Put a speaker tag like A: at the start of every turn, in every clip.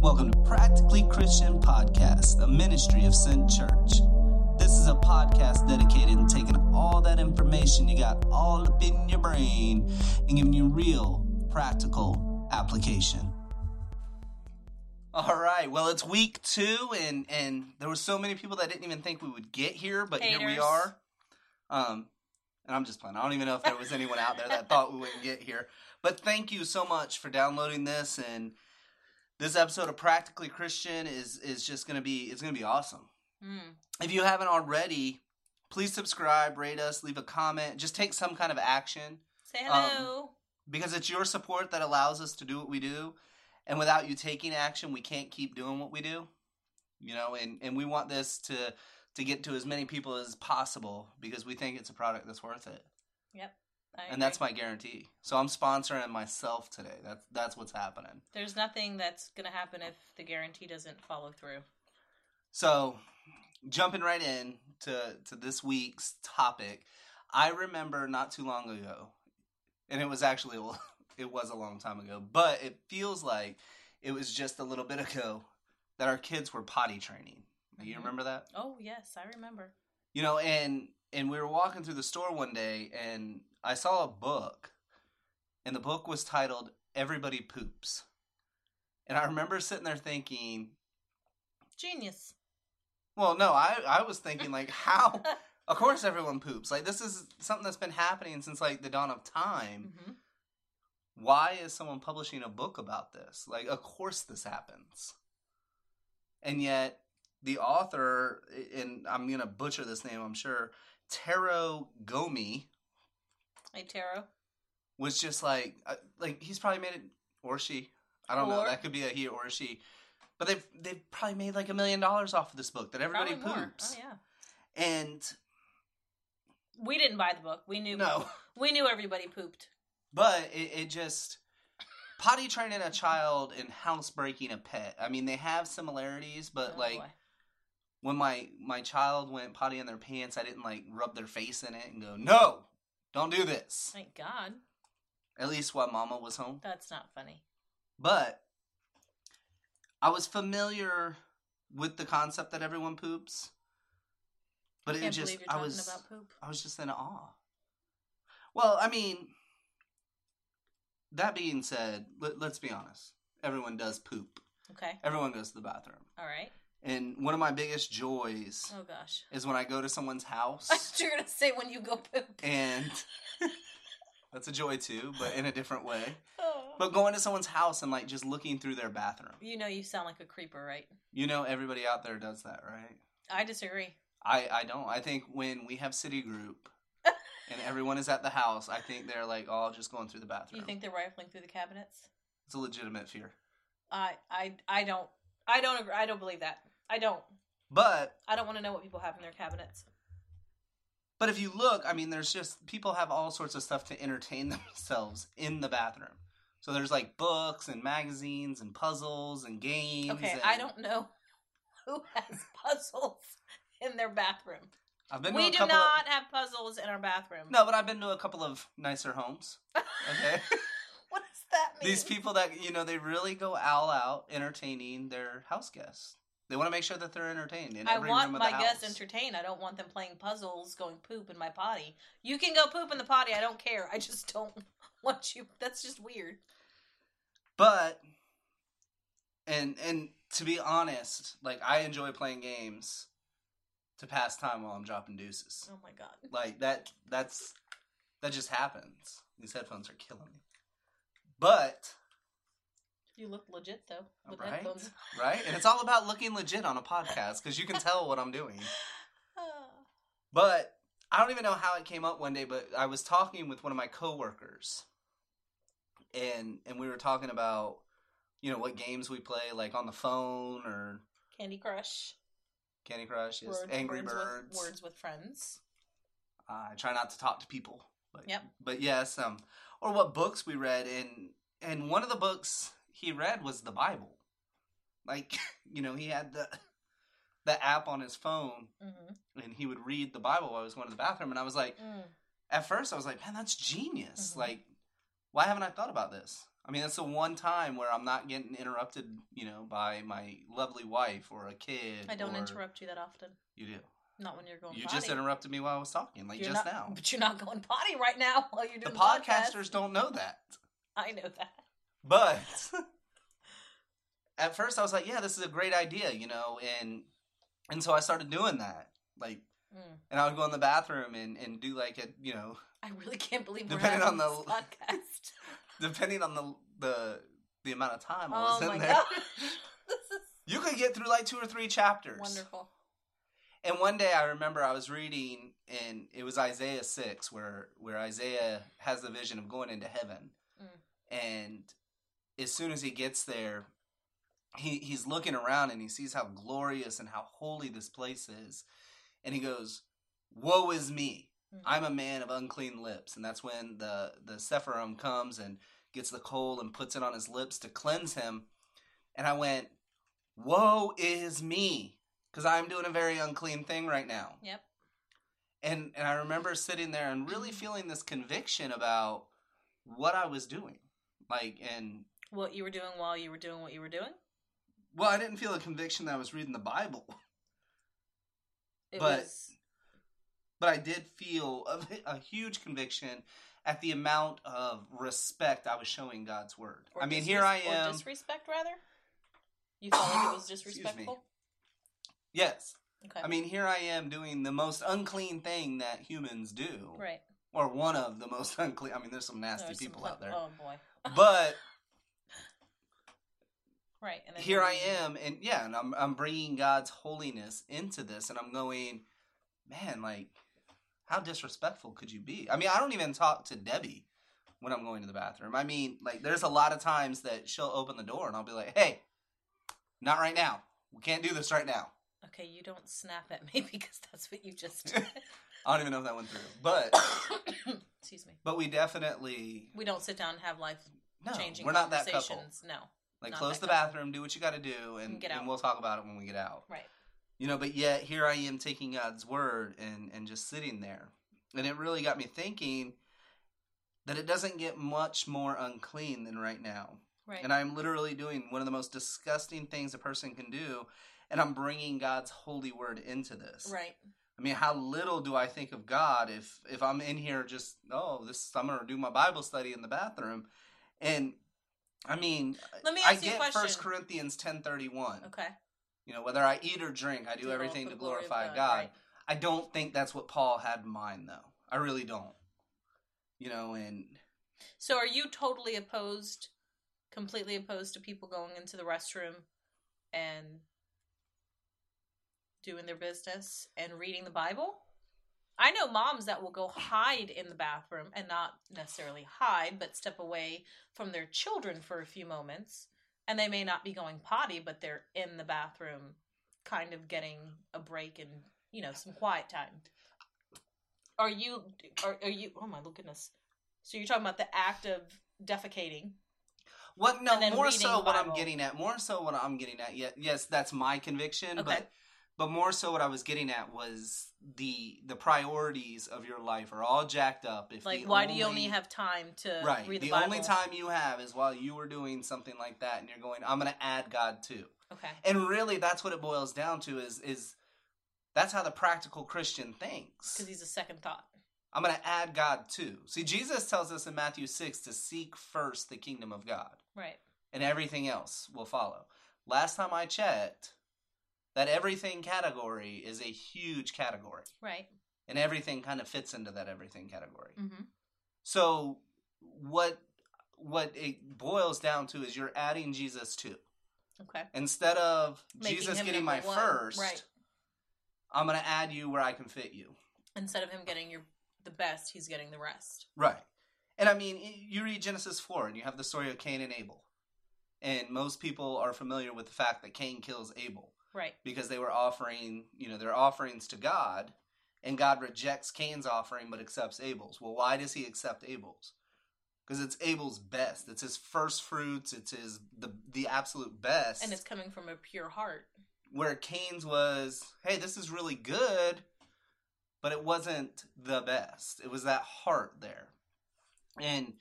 A: Welcome to Practically Christian Podcast, a ministry of Sent Church. This is a podcast dedicated to taking all that information you got all up in your brain and giving you real, practical application. All right, well, it's week two, and and there were so many people that didn't even think we would get here, but here we
B: Haters.
A: are. Um, and I'm just playing. I don't even know if there was anyone out there that thought we wouldn't get here. But thank you so much for downloading this and this episode of Practically Christian is is just gonna be it's gonna be awesome.
B: Mm.
A: If you haven't already, please subscribe, rate us, leave a comment, just take some kind of action
B: Say
A: Um,
B: hello.
A: because it's your support that allows us to do what we do. And without you taking action, we can't keep doing what we do. You know, and, and we want this to to get to as many people as possible because we think it's a product that's worth it.
B: I agree.
A: And that's my guarantee. So I'm sponsoring myself today. That's that's what's happening.
B: There's nothing that's gonna happen if the guarantee doesn't follow through.
A: So, jumping right in to to this week's topic, I remember not too long ago, and it was actually it was a long time ago, but it feels like it was just a little bit ago that our kids were potty training. Do You
B: Mhm.
A: remember that?
B: Oh yes, I remember.
A: You know, and and we were walking through the store one day, and I saw a book, and the book was titled "Everybody Poops," and I remember sitting there thinking.
B: Genius.
A: Well, no, I I was thinking like how of course everyone poops. Like this is something that's been happening since like the dawn of time.
B: hmm Mm-hmm.
A: Why is someone publishing a book about this? Like of course this happens. And yet the author and I'm going to butcher this name, I'm sure, Taro Gomi
B: Hey Taro.
A: was just like uh, like he's probably made it or she. I don't know.
B: Or-
A: That could be a he or a she. But they've they've probably made like a million dollars off of this book that everybody
B: Probably more.
A: poops.
B: Oh yeah.
A: And
B: We didn't buy the book. We knew.
A: no.
B: We knew everybody pooped.
A: But it, it just potty training a child and housebreaking a pet. I mean, they have similarities, but
B: Oh,
A: like
B: boy.
A: when my my child went potty in their pants, I didn't like rub their face in it and go, "No, don't do this."
B: thank God,
A: At least while Mama was home.
B: that's not funny.
A: But I was familiar with the concept that everyone poops. But
B: I
A: it
B: can't
A: just
B: believe you're
A: I
B: talking
A: was
B: about poop.
A: I was just in awe. Well, I mean, that being said, let, let's be honest. Everyone does poop.
B: Okay.
A: Everyone goes to the bathroom.
B: All right.
A: And one of my biggest joys
B: Oh gosh.
A: is when I go to someone's
B: I
A: house
B: thought you were gonna say when you go poop.
A: and that's a joy too, but in a different way.
B: Oh.
A: But going to someone's house and like just looking through their bathroom.
B: you know you sound like a creeper, right?
A: You know everybody out there does that, right?
B: I disagree.
A: I I don't. I think when we have City Group and everyone is at the house, I think they're like all just going through the bathroom.
B: You think they're rifling through the cabinets?
A: It's a legitimate fear.
B: I I I don't I don't agree. I don't believe that. I don't.
A: But
B: I don't want to know what people have in their cabinets.
A: but if you look, I mean there's just people have all sorts of stuff to entertain themselves in the bathroom. So there's like books and magazines and puzzles and games.
B: Okay,
A: and-
B: I don't know who has puzzles in their bathroom.
A: I've been to
B: we
A: a
B: do
A: couple
B: not
A: of,
B: have puzzles in our bathroom.
A: No, but I've been to a couple of nicer homes. Okay.
B: What does that mean?
A: These people that you know, they really go all out entertaining their house guests. They want to make sure that they're entertained in
B: I
A: every
B: want
A: room of
B: my
A: the house.
B: guests entertained. I don't want them playing puzzles, going poop in my potty. You can go poop in the potty. I don't care. I just don't want you. That's just weird.
A: but and and to be honest like i enjoy playing games to pass time while i'm dropping deuces
B: Oh my god.
A: like that that's that just happens these headphones are killing me but
B: You look legit though. With
A: Right?
B: headphones.
A: right and it's all about looking legit on a podcast because you can tell what i'm doing
B: Ah.
A: but i don't even know how it came up one day but i was talking with one of my coworkers and and we were talking about you know what games we play like on the phone or
B: Candy Crush.
A: Candy Crush is
B: Word-
A: Angry
B: words
A: Birds.
B: With, words with friends.
A: Uh, I try not to talk to people. But,
B: Yep.
A: But yes, um, or what books we read, and and one of the books he read was the Bible. Like you know, he had the the app on his phone,
B: Mm-hmm.
A: and he would read the Bible while I was going to the bathroom, and I was like, at first I was like, man, that's genius.
B: Mhm.
A: Like, why haven't I thought about this? I mean, that's the one time where I'm not getting interrupted, you know, by my lovely wife or a kid.
B: I don't
A: or-
B: interrupt you that often.
A: You do.
B: Not when you're going.
A: You
B: potty.
A: just interrupted me while I was talking, like
B: You're
A: just
B: not-
A: now.
B: But you're not going potty right now while you're
A: The
B: doing the podcast.
A: podcasters don't know that.
B: I know that.
A: But at first I was like, yeah, this is a great idea, you know, and and so I started doing that. Like
B: Mm.
A: and I would go in the bathroom and, and do like a you know,
B: I really can't believe we're
A: Depending
B: having
A: on
B: this
A: the-
B: podcast.
A: depending on the the the amount of time I
B: oh
A: was
B: my
A: in there.
B: god, this is
A: You could get through like two or three chapters.
B: wonderful.
A: And one day I remember I was reading and it was Isaiah 6 where where Isaiah has the vision of going into heaven.
B: Mm.
A: And as soon as he gets there, he he's looking around and he sees how glorious and how holy this place is. And he goes, "Woe is me.
B: Mm.
A: I'm a man of unclean lips." And that's when the the Sephirim comes and gets the coal and puts it on his lips to cleanse him. And I went, "Woe is me." Because I'm doing a very unclean thing right now
B: Yep.
A: and and I remember sitting there and really feeling this conviction about what I was doing. Like and
B: What you were doing while you were doing what you were doing.
A: well, I didn't feel a conviction that I was reading the Bible,
B: It
A: But-
B: was
A: but I did feel a, a huge conviction at the amount of respect I was showing God's word.
B: or
A: I mean,
B: disres-
A: here I
B: or
A: am.
B: disrespect rather. You felt like it was
A: Excuse me.
B: disrespectful.
A: yes.
B: Okay.
A: I mean, here I am doing the most unclean thing that humans do
B: right.
A: or one of the most unclean. I mean, there's some
B: There
A: nasty
B: was some
A: people
B: pla-
A: out there.
B: Oh boy.
A: But
B: Right. And then
A: here I
B: you-
A: am, and yeah, and I'm I'm bringing God's holiness into this, and I'm going, man, like, how disrespectful could you be? I mean, I don't even talk to Debbie when I'm going to the bathroom. I mean, like, there's a lot of times that she'll open the door, and I'll be like, hey, not right now. We can't do this right now.
B: Okay, you don't snap at me because that's what you just did.
A: I don't even know if that went through, but
B: Excuse me.
A: but we definitely
B: We don't sit down and have life
A: no,
B: changing
A: we're not that couple.
B: conversations. No.
A: Like,
B: not
A: close
B: that
A: the
B: couple.
A: bathroom, do what you got to do, and,
B: Get out.
A: and we'll talk about it when we get out.
B: Right.
A: you know but yet here i am taking god's word and and just sitting there and it really got me thinking that it doesn't get much more unclean than right now
B: Right.
A: and i'm literally doing one of the most disgusting things a person can do and i'm bringing god's holy word into this
B: right.
A: i mean how little do i think of god if if i'm in here just oh this summer do my bible study in the bathroom and i mean
B: Let me
A: i
B: ask you a
A: get
B: question.
A: first corinthians 1031
B: Okay.
A: you know, whether I eat or drink, I do
B: it all
A: everything
B: for
A: to
B: the glory of
A: glorify God.
B: right.
A: I don't think that's what Paul had in mind, though. I really don't. You know, and
B: So are you totally opposed, completely opposed to people going into the restroom and doing their business and reading the Bible? I know moms that will go hide in the bathroom and not necessarily hide, but step away from their children for a few moments. And they may not be going potty, but they're in the bathroom, kind of getting a break and, you know, some quiet time. Are you, are, are you, oh my goodness. So you're talking about the act of defecating.
A: what? No,
B: And then
A: more
B: reading
A: so
B: the
A: what I'm
B: Bible.
A: getting at. More so what I'm getting at. Yes, yes, that's my conviction,
B: Okay.
A: but but more so what I was getting at was the the priorities of your life are all jacked up. If
B: Like,
A: the
B: why do you only have time to
A: right?
B: read the,
A: the
B: Bible?
A: only time you have is while you were doing something like that, and you're going, "I'm going to add God too."
B: Okay.
A: and really that's what it boils down to is is that's how the practical christian
B: Because
A: thinks
B: he's a second thought.
A: i'm going to add god too see jesus tells us in matthew 6 to seek first the kingdom of god
B: Right.
A: and everything else will follow last time i checked that everything category is a huge category
B: Right.
A: and everything kind of fits into that everything category
B: Mm-hmm.
A: so what what it boils down to is you're adding jesus to
B: Okay.
A: instead of
B: Making
A: Jesus
B: him
A: getting my
B: number one,
A: first,
B: right.
A: I'm going to add you where I can fit you.
B: Instead of him getting your the best, he's getting the rest.
A: Right. And I mean, y- you read Genesis 4 and you have the story of Cain and Abel. And most people are familiar with the fact that Cain kills Abel
B: Right.
A: because they were offering, you know, their offerings to God. And God rejects Cain's offering but accepts Abel's. Well, why does he accept Abel's? Because it's Abel's best. It's his first fruits. It's his the the absolute best.
B: And it's coming from a pure heart.
A: where Kane's was, hey, this is really good, but it wasn't the best. It was that heart there. And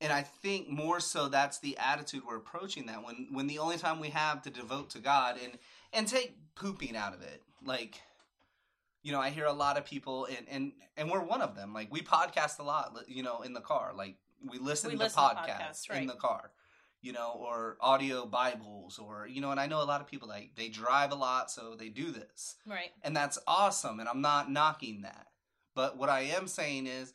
A: and I think more so that's the attitude we're approaching that when when the only time we have to devote to God and and take pooping out of it. Like you know, I hear a lot of people and and and we're one of them. Like we podcast a lot, you know, in the car. Like we listen,
B: We
A: to,
B: listen to
A: podcasts
B: podcasts, right.
A: in the car. You know, or audio Bibles or you know, and I know a lot of people like they drive a lot so they do this
B: Right.
A: and that's awesome and i'm not knocking that but what i am saying is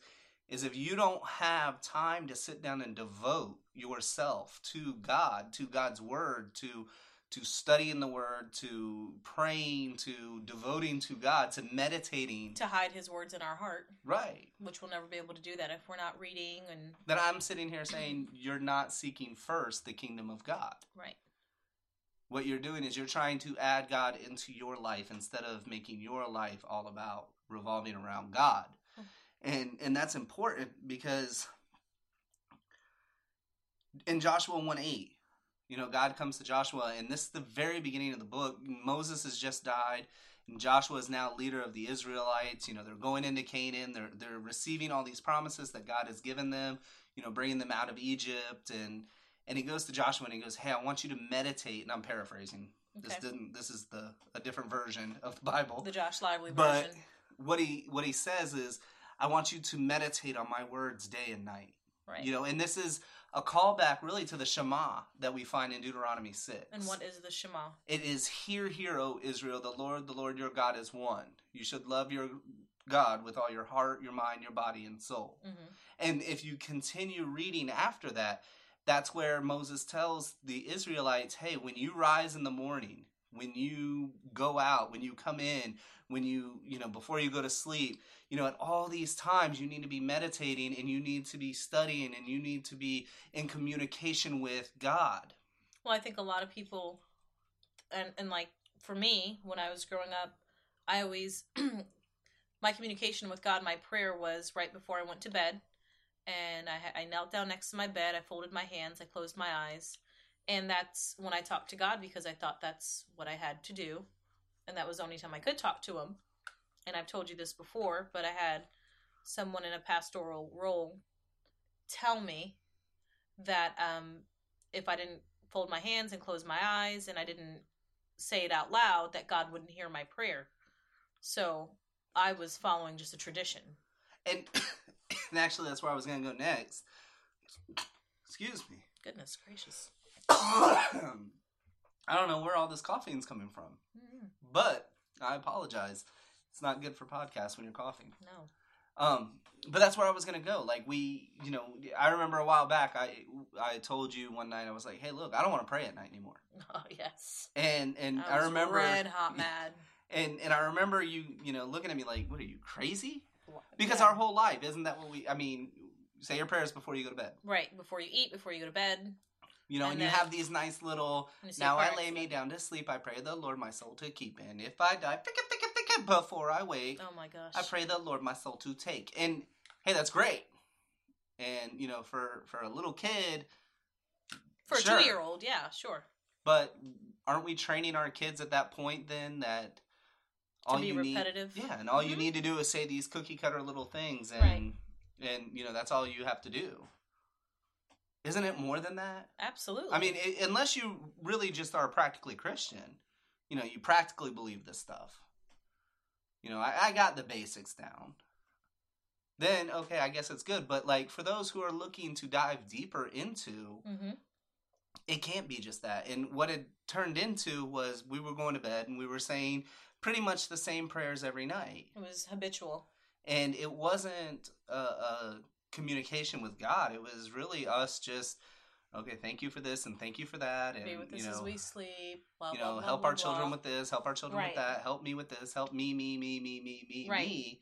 A: is if you don't have time to sit down and devote yourself to god to god's word to to studying the word to praying to devoting to god to meditating
B: To hide his words in our heart,
A: right
B: which we'll never be able to do that if we're not reading and
A: then i'm sitting here saying you're not seeking first the kingdom of god
B: right.
A: what you're doing is you're trying to add God into your life instead of making your life all about revolving around God.
B: Hmm.
A: And and that's important because in Joshua 1 8, you know, God comes to Joshua, and this is the very beginning of the book. Moses has just died, and Joshua is now leader of the Israelites. You know, they're going into Canaan, they're they're receiving all these promises that God has given them, you know, bringing them out of Egypt and and he goes to Joshua and he goes, "Hey, I want you to meditate." And I'm paraphrasing. This
B: Okay.
A: didn't. This is the a different version of the Bible.
B: The Josh Lively
A: But-
B: version.
A: What he what he says is, "I want you to meditate on my words day and night."
B: Right.
A: You know, and this is a callback really to the Shema that we find in Deuteronomy six.
B: and what is the Shema?
A: It is hear, hear, O Israel, the Lord, the Lord your God is one. You should love your God with all your heart, your mind, your body, and soul.
B: hmm
A: And if you continue reading after that, that's where Moses tells the Israelites, hey, when you rise in the morning, when you go out, when you come in, when you, you know, before you go to sleep, you know, at all these times you need to be meditating and you need to be studying and you need to be in communication with God.
B: Well, I think a lot of people, and and like for me, when I was growing up, I always my communication with God, my prayer was right before I went to bed, and I ha- I knelt down next to my bed, I folded my hands, I closed my eyes, and that's when I talked to God because I thought that's what I had to do, and that was the only time I could talk to Him. And I've told you this before, but I had someone in a pastoral role tell me that um, if I didn't fold my hands and close my eyes and I didn't say it out loud that God wouldn't hear my prayer. So I was following just a tradition.
A: And, and actually, that's where I was going to go next. Excuse me.
B: Goodness gracious.
A: I don't know where all this coughing's coming from.
B: Mm,
A: but I apologize. It's not good for podcasts when you're coughing.
B: No.
A: Um, but that's where I was gonna go. Like we, you know, I remember a while back. I I told you one night I was like, hey, look, I don't want to pray at night anymore.
B: Oh yes.
A: And and I,
B: was
A: remember
B: red hot mad.
A: and and I remember you, you know, looking at me like, what are you crazy? Because
B: Yeah.
A: our whole life isn't that what we? I mean, say your prayers before you go to bed.
B: right before you eat, before you go to bed,
A: You know,
B: And
A: and, you
B: then-
A: have these nice little
B: and you say
A: Now
B: a prayer
A: I lay
B: next
A: me
B: to
A: down to sleep. I pray the Lord my soul to keep. And if I die, thicket, thicket, thicket, before I wake,
B: them. Oh my gosh.
A: I pray the Lord my soul to take. And hey, that's great. And you know, for for a little kid,
B: for a
A: sure.
B: 2-year-old, yeah, sure.
A: but aren't we training our kids at that point then that all
B: to be
A: you
B: repetitive.
A: need, yeah, and all you
B: Mhm.
A: need to do is say these cookie cutter little things, and
B: Right.
A: and you know that's all you have to do. Isn't it more than that?
B: Absolutely.
A: I mean, i unless you really just are practically Christian, you know, you practically believe this stuff. You know, I, I got the basics down. Then, okay, I guess it's good. But, like, for those who are looking to dive deeper into,
B: Mhm.
A: it can't be just that. And what it turned into was we were going to bed and we were saying pretty much the same prayers every night.
B: It was habitual.
A: And it wasn't a, a communication with God, it was really us just. Okay, thank you for this and thank you for that. And
B: Be with us
A: you know,
B: as we sleep. Blah,
A: you
B: blah,
A: know,
B: blah,
A: help
B: blah,
A: our children
B: blah.
A: with this, help our children
B: Right.
A: with that, help me with this, help me, me, me, me, me, me,
B: Right.
A: me.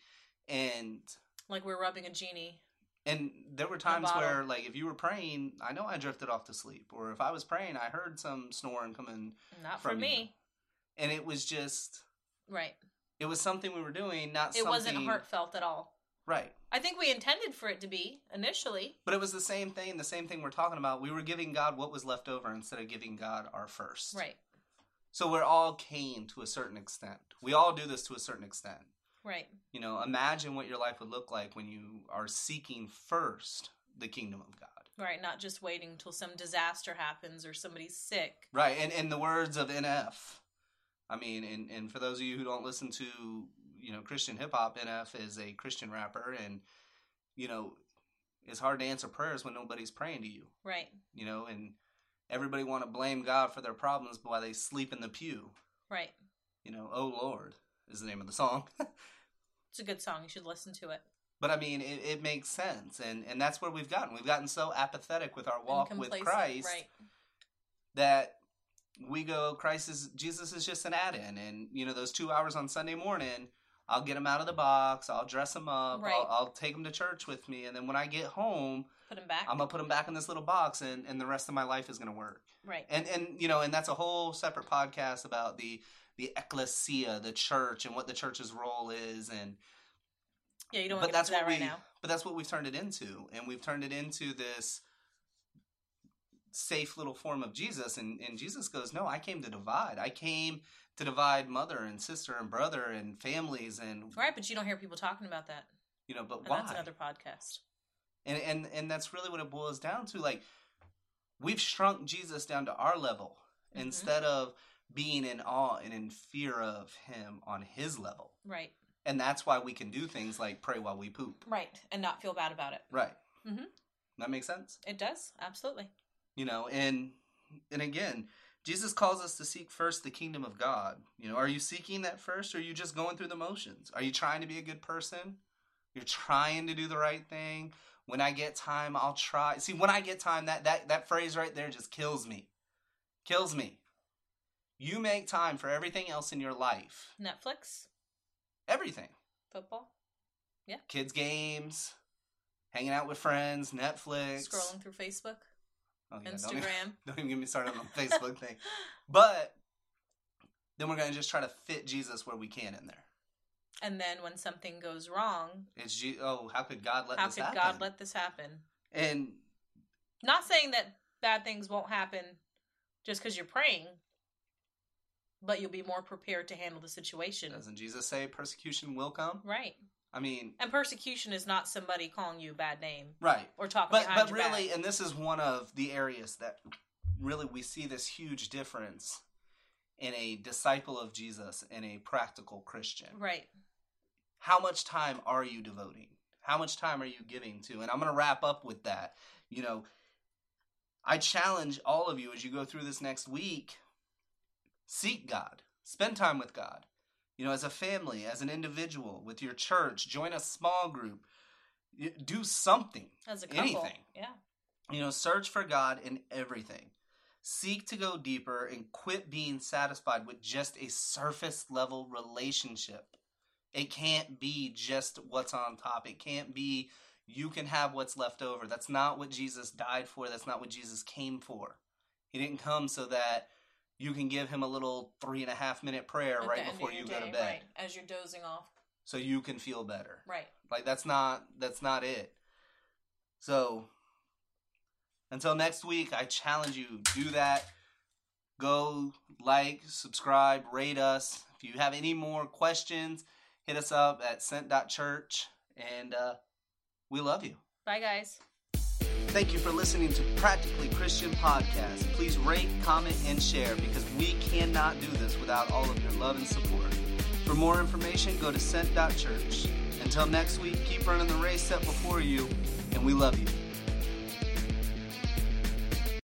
A: And
B: like we're rubbing a genie.
A: and there were times
B: bottle.
A: where like if you were praying, I know I drifted off to sleep, or if I was praying, I heard some snoring coming,
B: Not for
A: From you.
B: me.
A: and it was just
B: Right.
A: it was something we were doing, not
B: It
A: something
B: wasn't heartfelt at all.
A: right.
B: I think we intended for it to be initially.
A: But it was the same thing, the same thing we're talking about. We were giving God what was left over instead of giving God our first.
B: Right.
A: So we're all Cain to a certain extent. We all do this to a certain extent.
B: Right.
A: you know imagine what your life would look like when you are seeking first the kingdom of god
B: Right, not just waiting till some disaster happens or somebody's sick.
A: Right, and in the words of NF, I mean, and, and for those of you who don't listen to, you know, Christian hip hop, NF is a Christian rapper, and you know, it's hard to answer prayers when nobody's praying to you,
B: Right,
A: you know, and everybody want to blame God for their problems while they sleep in the pew.
B: right.
A: You know, oh Lord is the name of the song.
B: It's a good song. You should listen to it.
A: But I mean, it, it makes sense, and and that's where we've gotten. We've gotten so apathetic with our walk
B: And
A: with
B: complacent,
A: Christ
B: Right.
A: that we go, Christ is Jesus is just an add-in, and you know those two hours on Sunday morning, I'll get him out of the box, I'll dress him up,
B: Right.
A: I'll, I'll take him to church with me, and then when I get home,
B: Put him back.
A: I'm gonna put him back in this little box, and and the rest of my life is gonna work.
B: right.
A: And and you know, and that's a whole separate podcast about the the ecclesia, the church, and what the church's role is, and
B: Yeah, you don't
A: but
B: want to get
A: that's
B: to that
A: what
B: right
A: we-
B: now.
A: but that's what we've turned it into and we've turned it into this safe little form of jesus and, and jesus goes no i came to divide i came to divide mother and sister and brother and families and
B: Right, but you don't hear people talking about that.
A: you know but
B: And
A: why
B: that's another podcast.
A: and, and and that's really what it boils down to like we've shrunk jesus down to our level
B: Mhm.
A: instead of being in awe and in fear of him on his level
B: Right.
A: and that's why we can do things like pray while we poop
B: Right. And not feel bad about it.
A: right
B: Mhm.
A: that makes sense
B: It does. Absolutely.
A: you know and and again jesus calls us to seek first the kingdom of god you know are you seeking that first or are you just going through the motions are you trying to be a good person you're trying to do the right thing when i get time i'll try see when i get time that that that phrase right there just kills me kills me you make time for everything else in your life
B: Netflix,
A: everything
B: football,
A: kids games hanging out with friends netflix
B: scrolling through Facebook,
A: Oh, yeah, don't-
B: Instagram.
A: Don't even get me started on the Facebook thing. But then we're going to just try to fit Jesus where we can in there.
B: And then when something goes wrong,
A: It's Je- oh, how could God let
B: how
A: this
B: could
A: happen?
B: God let this happen?
A: and
B: Not saying that bad things won't happen just because you're praying, but you'll be more prepared to handle the situation.
A: doesn't Jesus say persecution will come?
B: Right.
A: I mean,
B: And persecution is not somebody calling you a bad name
A: right.
B: or talking
A: But
B: behind
A: but
B: your
A: really
B: back.
A: and this is one of the areas that really we see this huge difference in a disciple of Jesus and a practical Christian.
B: Right.
A: how much time are you devoting? How much time are you giving to? And I'm going to wrap up with that. You know, I challenge all of you as you go through this next week seek God, spend time with God. You know, as a family, as an individual, with your church, join a small group, Y- do something.
B: As a couple.
A: Anything.
B: Yeah.
A: You know, search for God in everything. Seek to go deeper and quit being satisfied with just a surface level relationship. It can't be just what's on top. It can't be you can have what's left over. That's not what Jesus died for. That's not what Jesus came for. He didn't come so that you can give him a little three and a half minute prayer
B: At the
A: right
B: end of
A: before
B: your
A: you go to
B: day,
A: bed
B: Right. As you're dozing off.
A: so you can feel better.
B: Right.
A: Like that's not that's not it. So until next week, I challenge you do that. Go like, subscribe, rate us. If you have any more questions, hit us up at scent.church and uh, we love you.
B: Bye, guys.
A: Thank you for listening to Practically Christian Podcast. Please rate, comment, and share because we cannot do this without all of your love and support. For more information, go to scent.church. Until next week, keep running the race set before you, and we love you.